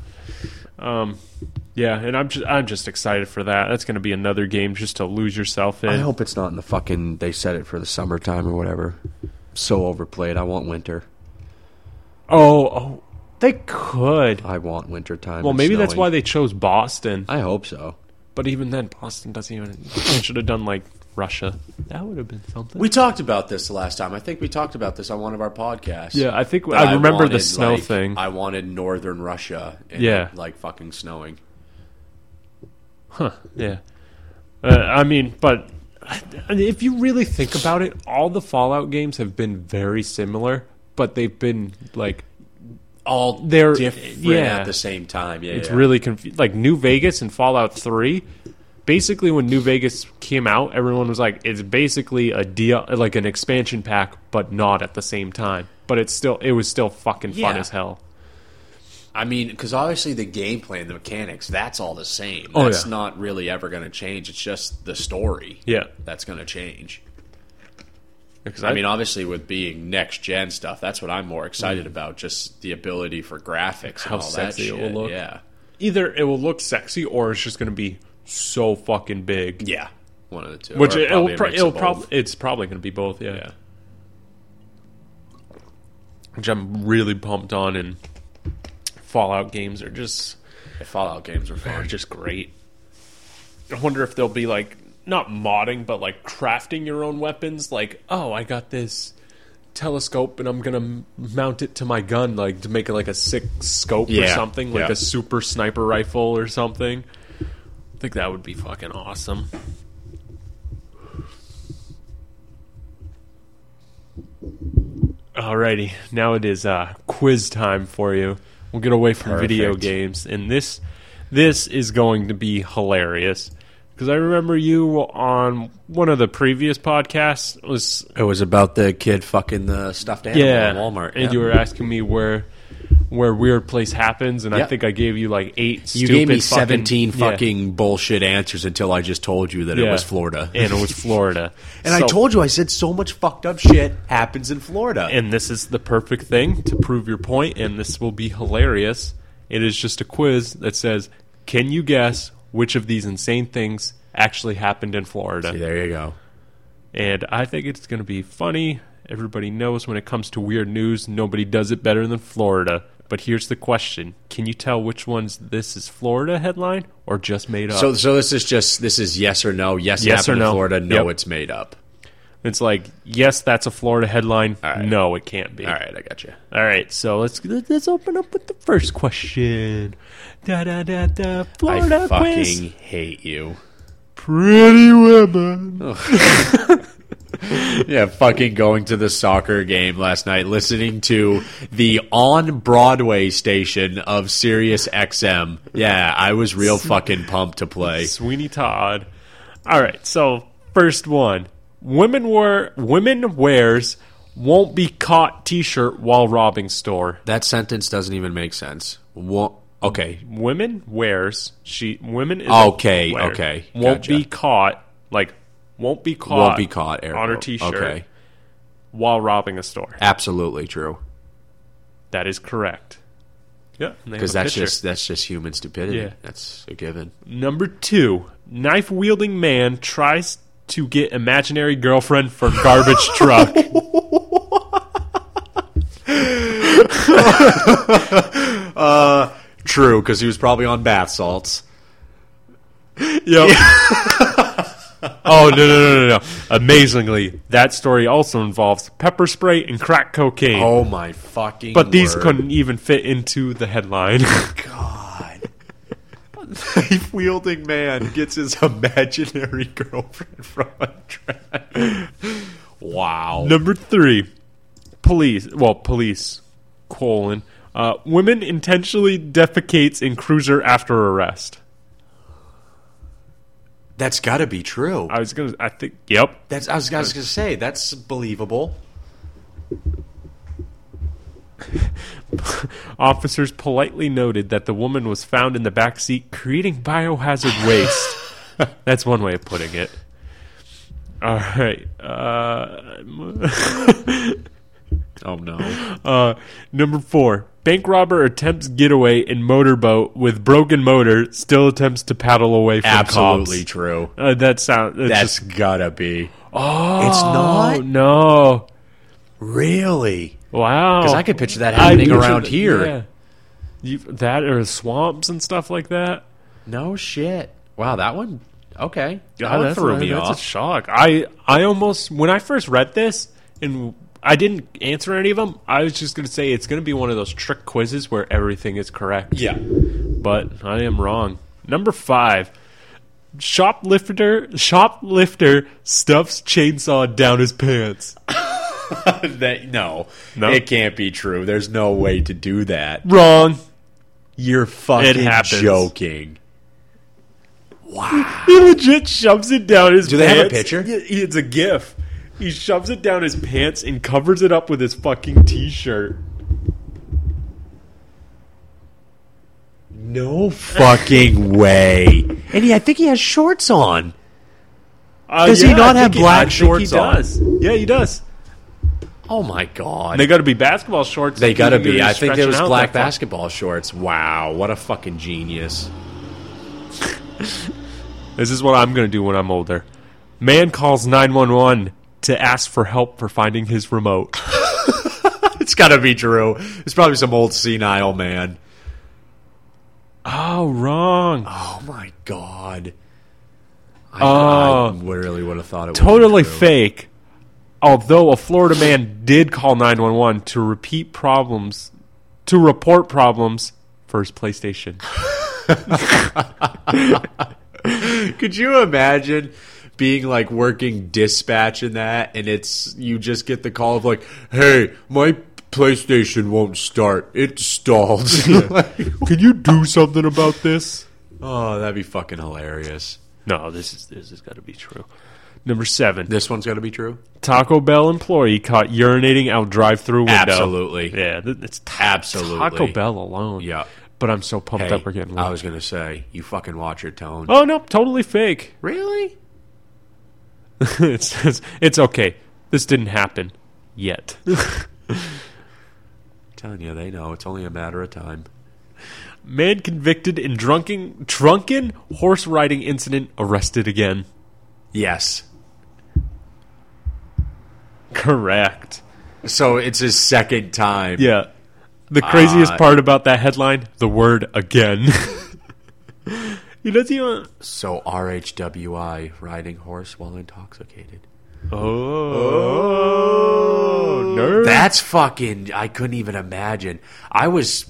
Yeah, and I'm just I'm just excited for that. That's going to be another game just to lose yourself in.
I hope it's not in the fucking. They said it for the summertime or whatever. So overplayed. I want winter.
Oh, oh, they could.
I want winter time.
Well,
and
maybe that's why
snowing.
they chose Boston.
I hope so.
But even then, Boston doesn't even. they should have done like Russia. That would have been something.
We talked about this the last time. I think we talked about this on one of our podcasts.
yeah, I think
But
I remember the
wanted,
snow
like-
thing.
I wanted northern Russia. And
Yeah.
like fucking snowing.
yeah, uh, I mean, but I- if you really think about it, all the Fallout games have been very similar, but they've been like
All
They're-
different
yeah.
at the same time. Yeah,
It's
yeah.
really confusing. Like New Vegas and Fallout Three. Basically, when New Vegas came out, everyone was like, "It's basically a deal, like an expansion pack, but not at the same time." But it's still, it was still fucking fun
Yeah.
as hell.
I mean, because obviously the gameplay and the mechanics, that's all the same.
Oh,
that's
yeah.
not really ever going to change. It's just the story
Yeah,
that's going to change.
because
I mean, obviously, with being next gen stuff, that's what I'm more excited about. Just the ability for graphics,
Mm. How
and all that
sexy it
shit.
will look.
Yeah,
uh, either it will look sexy or it's just going to be so fucking big.
yeah, one of the two.
Which
Or
it,
probably
will
a
pro-
mix
it'll
of both.
probably it's probably going to be both. Yeah.
Yeah.
Which I'm really pumped on, and Fallout games are just
The Fallout games are fun.
are just great. I wonder if they'll be like not modding, but like crafting your own weapons. Like, oh, I got this telescope, and I'm gonna m- mount it to my gun, like to make it like a sick scope or
Yeah,
something, like
yeah.
a super sniper rifle or something. I think that would be fucking awesome. Alrighty, now it is uh, quiz time for you. We'll get away from video
Perfect.
games, and this this is going to be hilarious because I remember you on one of the previous podcasts was
It was about the kid fucking the stuffed animal
yeah
in Walmart.
and you were asking me where where weird place happens, and I
Yeah.
think I gave you like eight.
You gave me
stupid fucking-
seventeen
yeah.
fucking bullshit answers until I just told you that it
Yeah.
was Florida.
and it was Florida,
And I
So-
told you, I said so much fucked up shit happens in Florida.
and this is the perfect thing to prove your point, and this will be hilarious. It is just a quiz that says, "Can you guess which of these insane things actually happened in Florida?"
there you go.
And I think it's going to be funny. Everybody knows when it comes to weird news, nobody does it better than Florida. But here's the question: Can you tell which ones this is Florida headline or just made up?
So, so this is just this is yes or no. Yes, it
Yes
happened
or no.
in Florida. No,
Yep.
it's made up.
it's like, yes, that's a Florida headline.
right.
No, it can't be.
All right, I got you.
All right, so let's let's open up with the first question. Da da da da. Florida
I fucking
quiz.
hate you.
Pretty women.
Yeah, fucking going to the soccer game last night, listening to the on Broadway station of Sirius XM. Yeah, I was real fucking pumped to play.
Sweeney Todd. All right, so first one. Women wear women wears won't be caught T-shirt while robbing store.
That sentence doesn't even make sense. Won't, Okay.
women wears she women is
Okay,
wear-
okay,
won't
gotcha.
be caught like won't be caught
Won't be caught. Air
on her
quote.
t-shirt
Okay.
while robbing a store.
Absolutely true.
That is correct. Yeah, and they
Because
have a
that's
picture.
just that's just human stupidity.
Yeah.
That's a given.
number two. Knife wielding man tries to get imaginary girlfriend for garbage truck.
True, because he was probably on bath salts.
Yep. oh no no no no no! Amazingly, that story also involves pepper spray and crack cocaine.
Oh my fucking!
but these
word.
couldn't even fit into the headline.
God. Knife wielding man gets his imaginary girlfriend from a trap. Wow.
Number three, police. Well, police colon uh, women intentionally defecates in cruiser after arrest.
That's got to be true.
I was gonna. I think. Yep.
That's I was, I was gonna say that's believable.
Officers politely noted that the woman was found in the back seat creating biohazard waste. That's one way of putting it. All right. Uh,
Oh no.
uh, number four. Bank robber attempts getaway in motorboat with broken motor. Still attempts to paddle away from
Absolutely
cops.
true.
Uh, that sounds.
That's
That's.
gotta be.
oh,
It's
Oh
not
no!
really.
Wow.
'Cause Oh. I could picture that
I
happening
picture
around
th-
here.
yeah. You, that or swamps and stuff like that.
No shit. Wow, that one. Okay,
Yeah,
that one
that's
threw
a,
me
that's
off.
a shock. I I almost when I first read this and I didn't answer any of them. I was just gonna say it's gonna be one of those trick quizzes where everything is correct.
yeah.
but I am wrong. Number five, shoplifter shoplifter stuffs chainsaw down his pants.
that no,
No?
it can't be true. There's no way to do that.
Wrong.
You're fucking
happens.
joking.
He legit shoves it down his.
Do they
pants.
have a picture?
Y- It's a gif. He shoves it down his pants and covers it up with his fucking t-shirt.
No fucking way. And he, I think he has shorts on.
Uh,
Does he not
I
have
think
black
I think
shorts
he
on?
does. Yeah, he does.
Oh my god.
They got to be basketball shorts.
They
if
gotta
you're gonna
be. I think
stretching
there was
out
black
that far.
basketball shorts. Wow, what a fucking genius.
This is what I'm going to do when I'm older. Man calls 911 to ask for help for finding his remote.
It's gotta be true. It's probably some old senile man.
oh, wrong.
Oh my god. I,
Oh.
I really would have thought it was
Totally fake. Although a Florida man did call 911 to repeat problems, to report problems for his PlayStation.
Could you imagine being like working dispatch in that, and it's you just get the call of like, "Hey, my PlayStation won't start. It stalled."
Can you do something about this?
oh, that'd be fucking hilarious.
No, this is this has got to be true. Number seven,
This one's gonna be true.
Taco Bell employee caught urinating out drive-through window.
Absolutely.
Yeah, th- it's ta-
Absolutely.
Taco Bell alone.
Yeah.
But I'm so pumped
Hey,
up we're getting one.
I was gonna say, you fucking watch your tone.
oh no, totally fake.
Really?
it's, it's it's okay. This didn't happen yet.
telling you, they know. It's only a matter of time.
Man convicted in drunken drunken horse riding incident arrested again.
Yes.
Correct.
So it's his second time.
Yeah. The craziest
Uh,
part about that headline, the word again. he doesn't
uh,
even
So RHWI riding horse while intoxicated.
Oh, nerd.
That's fucking. I couldn't even imagine. I was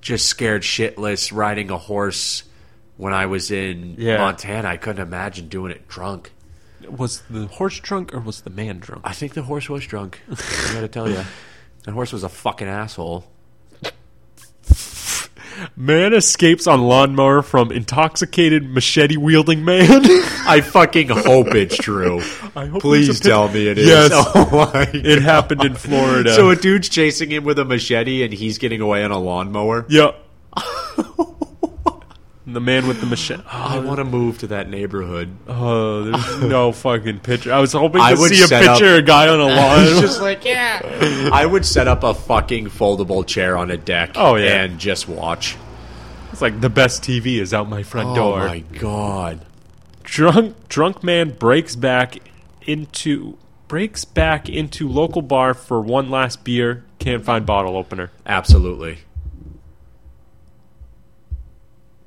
just scared shitless riding a horse when I was in
Yeah.
Montana. I couldn't imagine doing it drunk.
was the horse drunk or was the man drunk?
I think the horse was drunk. I gotta tell you, that horse was a fucking asshole.
Man escapes on lawnmower from intoxicated machete wielding man.
I fucking hope it's true.
I hope
Please
it's a pic-
tell me it is.
Yes.
Oh my
It happened in Florida.
So a dude's chasing him with a machete, and he's getting away on a lawnmower.
yeah. The man with the machete.
I want to move to that neighborhood.
Oh, there's no fucking picture. I was hoping
I
to
would
see a
set up-
picture of a guy on a lawn.
like, yeah. I would set up a fucking foldable chair on a deck.
Oh, yeah.
and just watch.
it's like the best TV is out my front
Oh
door.
my god.
Drunk drunk man breaks back into breaks back into local bar for one last beer. Can't find bottle opener.
Absolutely.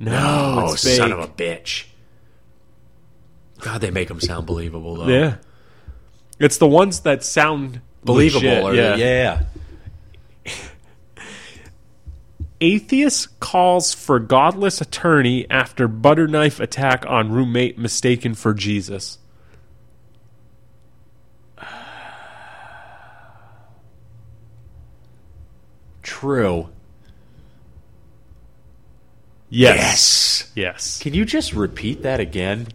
No,
Oh,
it's fake.
son of a bitch. God, they make them sound believable though.
yeah. It's the ones that sound
Believable
legit,
or
yeah.
yeah.
Atheist calls for godless attorney after butter knife attack on roommate mistaken for Jesus.
True.
Yes. Yes.
Can you just repeat that again?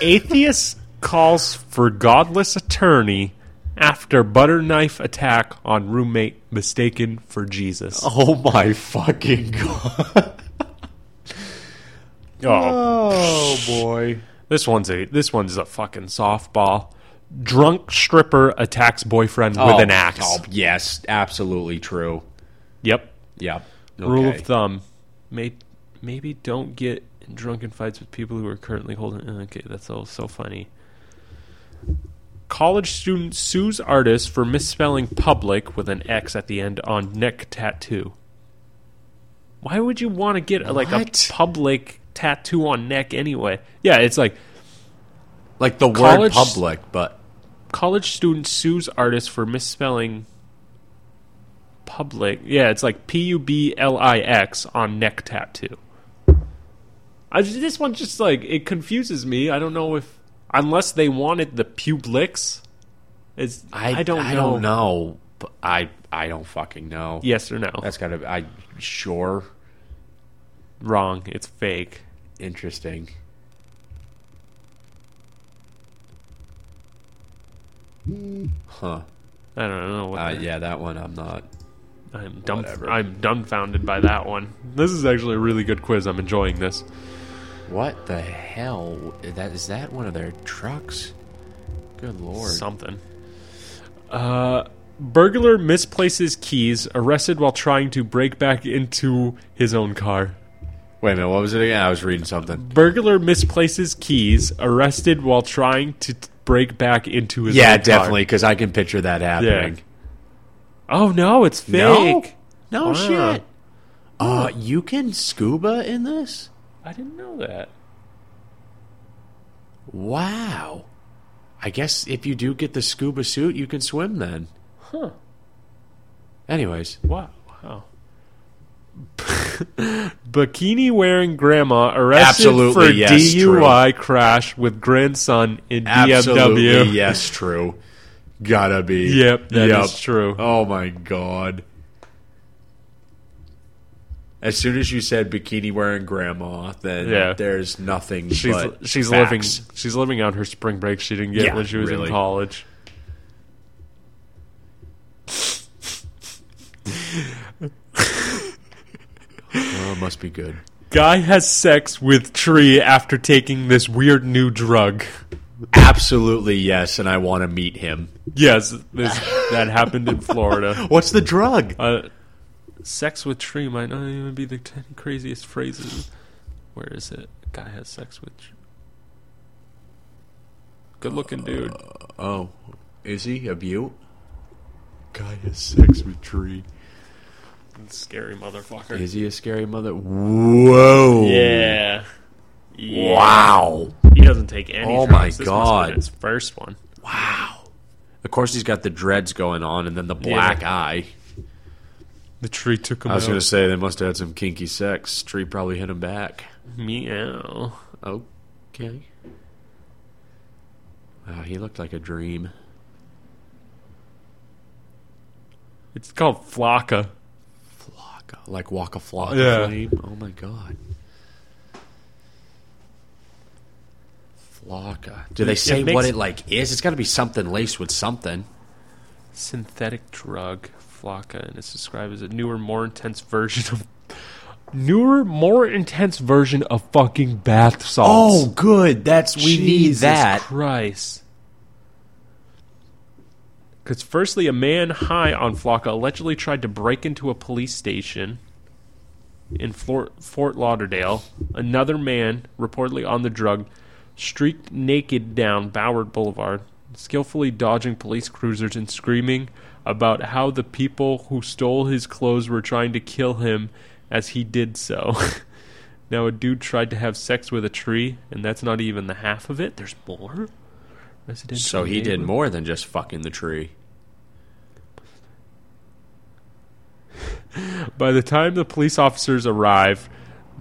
Atheist calls for godless attorney after butter knife attack on roommate mistaken for Jesus. Oh,
Oh my fucking god. Oh boy.
this one's a this one's a fucking softball. Drunk stripper attacks boyfriend with an axe.
Oh, yes, absolutely true.
Yep.
Yep.
Rule of
Okay.
thumb: may, maybe don't get in drunken fights with people who are currently holding. uh, Okay, that's all so funny. College student sues artist for misspelling public with an X at the end on neck tattoo. Why would you want to get like
What?
a public tattoo on neck anyway? Yeah, it's like
like the
College-
word public, but
college student sues artist for misspelling public. Yeah, it's like P U B L I X on neck tattoo. I just, this one just like it confuses me. I don't know if unless they wanted the publix. It's I, don't
I
know.
don't know. But I I don't fucking know.
Yes or no?
That's gotta be I sure.
wrong. It's fake.
Interesting. Huh.
I don't know what.
Uh,
the-
yeah, that one I'm not.
I'm dumb.
whatever.
I'm dumbfounded by that one. This is actually a really good quiz. I'm enjoying this.
What the hell? That is that one of their trucks? Good lord.
something. Uh, burglar misplaces keys, arrested while trying to break back into his own car.
Wait a minute, what was it again? I was reading something.
Burglar misplaces keys, arrested while trying to t- break back into his
Yeah,
own car.
definitely, because I can picture that happening.
Oh no, it's
No?
fake.
No
Wow. Oh.
shit. Uh, you can scuba in this?
I didn't know that.
Wow. I guess if you do get the scuba suit, you can swim then.
Huh.
Anyways,
Wow. Wow. Bikini wearing grandma arrested
Absolutely,
for
yes,
DUI crash with grandson in BMW.
yes, true. Gotta be.
Yep, Uh, that is true.
Oh my god. As soon as you said bikini wearing grandma, then
Yeah.
there's nothing.
She's
but
she's
facts.
living she's living out her spring break she didn't get
Yeah,
when she was
really.
in college.
Oh, must be good.
Guy has sex with tree after taking this weird new drug.
Absolutely yes, and I want to meet him.
Yes, this, that happened in Florida.
What's the drug?
Uh, sex with tree might not even be the ten craziest phrases. Where is it? Guy has sex with. Tree. Good looking dude.
Oh, is he a butte? Guy has sex with tree.
Scary motherfucker.
Is he a scary mother? Whoa!
yeah. Yeah.
Wow!
He doesn't take any.
Oh
drugs.
my
This must have
God.
been his first one.
Wow! Of course, he's got the dreads going on, and then the black
Yeah.
eye.
The tree took him
I was
out.
gonna say they must have had some kinky sex. Tree probably hit him back.
Meow.
Okay. Wow, he looked like a dream.
It's called Flocka.
Flocka, like Waka Flocka
Yeah.
flame. Oh my god. Flocka. Do they say
makes-
what it like is? It's got to be something laced with something.
Synthetic drug, Flocka, and it's described as a newer, more intense version of newer, more intense version of fucking bath salts.
Oh, good. That's we
Jesus
need that.
Christ. Because firstly, a man high on Flocka allegedly tried to break into a police station in Fort, Fort Lauderdale. Another man, reportedly on the drug, streaked naked down Boward Boulevard, skillfully dodging police cruisers and screaming about how the people who stole his clothes were trying to kill him as he did so. Now, a dude tried to have sex with a tree, and that's not even the half of it. There's more. Residential
So he did
neighbor-
more than just fucking the tree.
By the time the police officers arrived,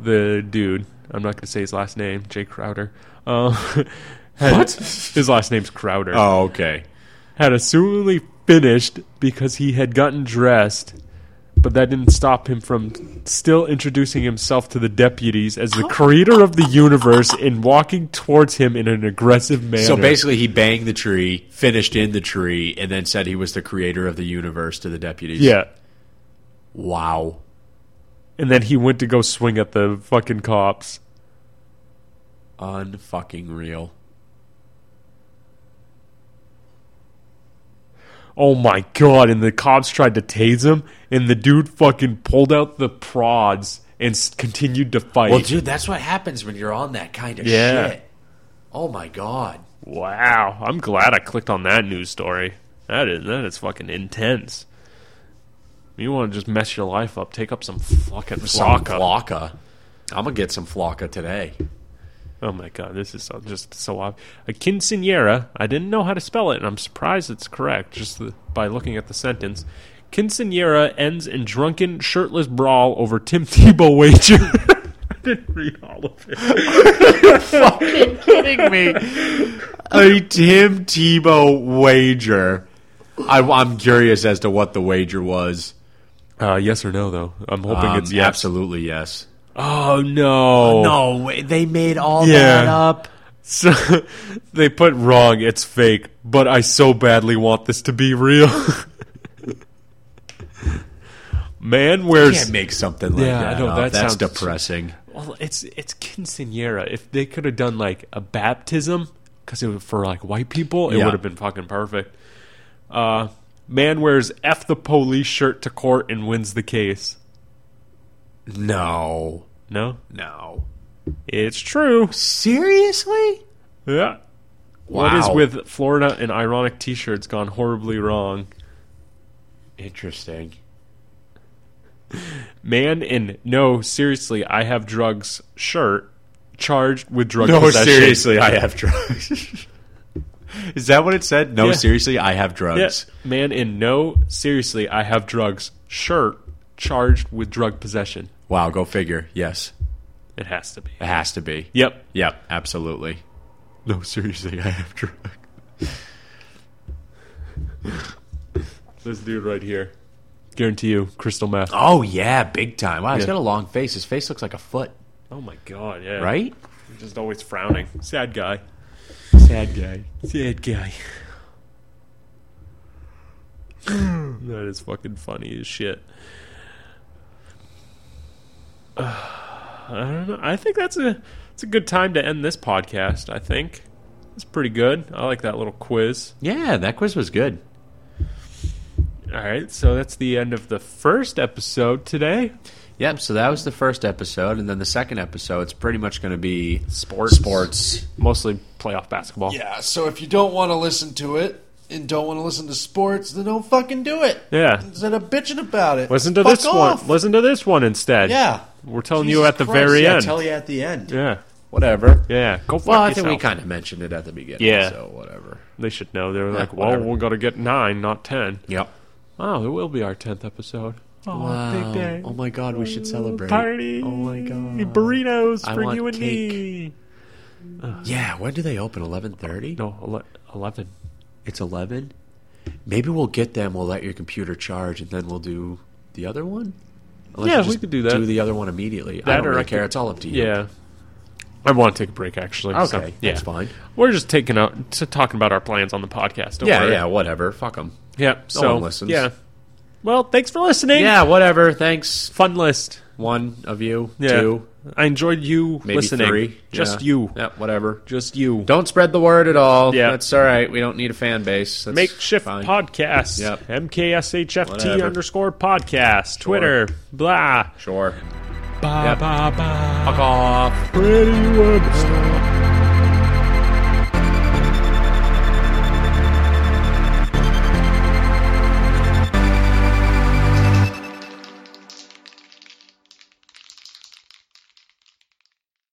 the dude, I'm not going to say his last name, Jay Crowder. Um, what? His last name's Crowder.
Oh, okay.
Had assumedly finished because he had gotten dressed, but that didn't stop him from still introducing himself to the deputies as the creator of the universe and walking towards him in an aggressive manner.
So basically, he banged the tree, finished in the tree, and then said he was the creator of the universe to the deputies.
Yeah.
Wow.
And then he went to go swing at the fucking cops.
Unfucking real.
Oh my god, and the cops tried to tase him, and the dude fucking pulled out the prods and s- continued to fight.
Well, dude, that's what happens when you're on that kind of
Yeah.
shit. Oh my god.
wow, I'm glad I clicked on that news story. That is that is fucking intense. You want to just mess your life up, take up some fucking
Some
flocka.
Flocka. I'm gonna get some Flocka today.
Oh my god, this is so, just so off. A quinceanera. I didn't know how to spell it, and I'm surprised it's correct just the, by looking at the sentence. Quinceanera ends in drunken, shirtless brawl over Tim Tebow wager. I didn't read all of it.
kidding me? A Tim Tebow wager. I, am curious as to what the wager was.
Uh, yes or no, though. I'm hoping
Um,
it's yes.
Absolutely yes.
Oh no,
No, way, they made all
Yeah.
that up.
So, they put wrong. It's fake, but I so badly want this to be real. Man wears
Can't make something like
Yeah,
that.
I know,
up.
that
That's
sounds-
depressing.
Well, it's it's quinceanera. If they could have done like a baptism, because it was for like white people, it
Yeah.
would have been fucking perfect. Uh, man wears "f the police" shirt to court and wins the case.
No,
No,
no.
it's true.
Seriously?
Yeah. What is with Florida and ironic T-shirts gone horribly wrong?
interesting?
Man in no, seriously, I have drugs shirt charged with drug
No,
possession.
seriously, I have drugs. is that what it said? No,
Yeah.
seriously, I have drugs.
Yes, man in no, seriously, I have drugs shirt charged with drug possession.
Wow, go figure. Yes,
It has to be.
it has to be.
Yep.
Yep, absolutely. No, seriously, I have drugs.
This dude right here. Guarantee you, crystal meth. Oh,
Oh yeah, big time. Wow, he's
Yeah.
got a long face. His face looks like a foot,
Oh my god, yeah.
right?
Just always frowning. Sad guy.
Sad guy.
Sad guy. that is fucking funny as shit. Uh, I don't know. I think that's a it's a good time to end this podcast, I think. It's pretty good. I like that little quiz.
Yeah, that quiz was good.
All right, so that's the end of the first episode today.
Yep. So that was the first episode, and then the second episode's pretty much going to be
Sports.
Sports.
Mostly playoff basketball.
Yeah. So if you don't want to listen to it and don't want to listen to sports, then don't fucking do it.
Yeah.
Instead of bitching about it,
Listen to
Fuck
this
off.
one. Listen to this one instead.
Yeah.
We're telling you
Jesus
at the
Christ,
very
yeah,
end.
Tell you at the end.
yeah.
Whatever.
Yeah. Go fuck
Well, I
yourself.
think we kind of mentioned it at the beginning.
Yeah.
So whatever.
They should know. They're like, well,
whatever.
we're going to get nine, not ten.
Yep.
Oh, it will be our 10th episode. Oh, big day.
Oh my God, we should celebrate.
Party.
Oh my God.
Burritos
I
for
want
you and
cake.
me.
Yeah, when do they open? Eleven thirty?
No, ele- 11.
It's eleven. Maybe we'll get them. We'll let your computer charge, and then we'll do the other one. Unless
Yeah,
you
we
just
could do that.
Do the other one immediately. I
That
don't
or
really
I
care.
could-
It's all up to you.
Yeah. I want to take a break, actually.
Okay,
so,
that's
yeah.
fine.
We're just taking out to talking about our plans on the podcast. Don't
yeah,
worry.
yeah, whatever. Fuck them.
Yeah. so
one listens.
yeah. Well, thanks for listening.
Yeah, whatever. Thanks.
Fun list.
One of you,
Yeah.
two,
I enjoyed you
maybe
listening.
three.
Just
Yeah.
you.
Yeah, whatever.
Just you.
Don't spread the word at all.
Yeah.
That's all right. We don't need a fan base. That's
Makeshift
fine.
podcast.
Yep.
MKSHFT
Whatever.
underscore podcast. Twitter. Blah.
Sure.
Ba,
Yep.
ba, ba.
Fuck off.
Pretty woman.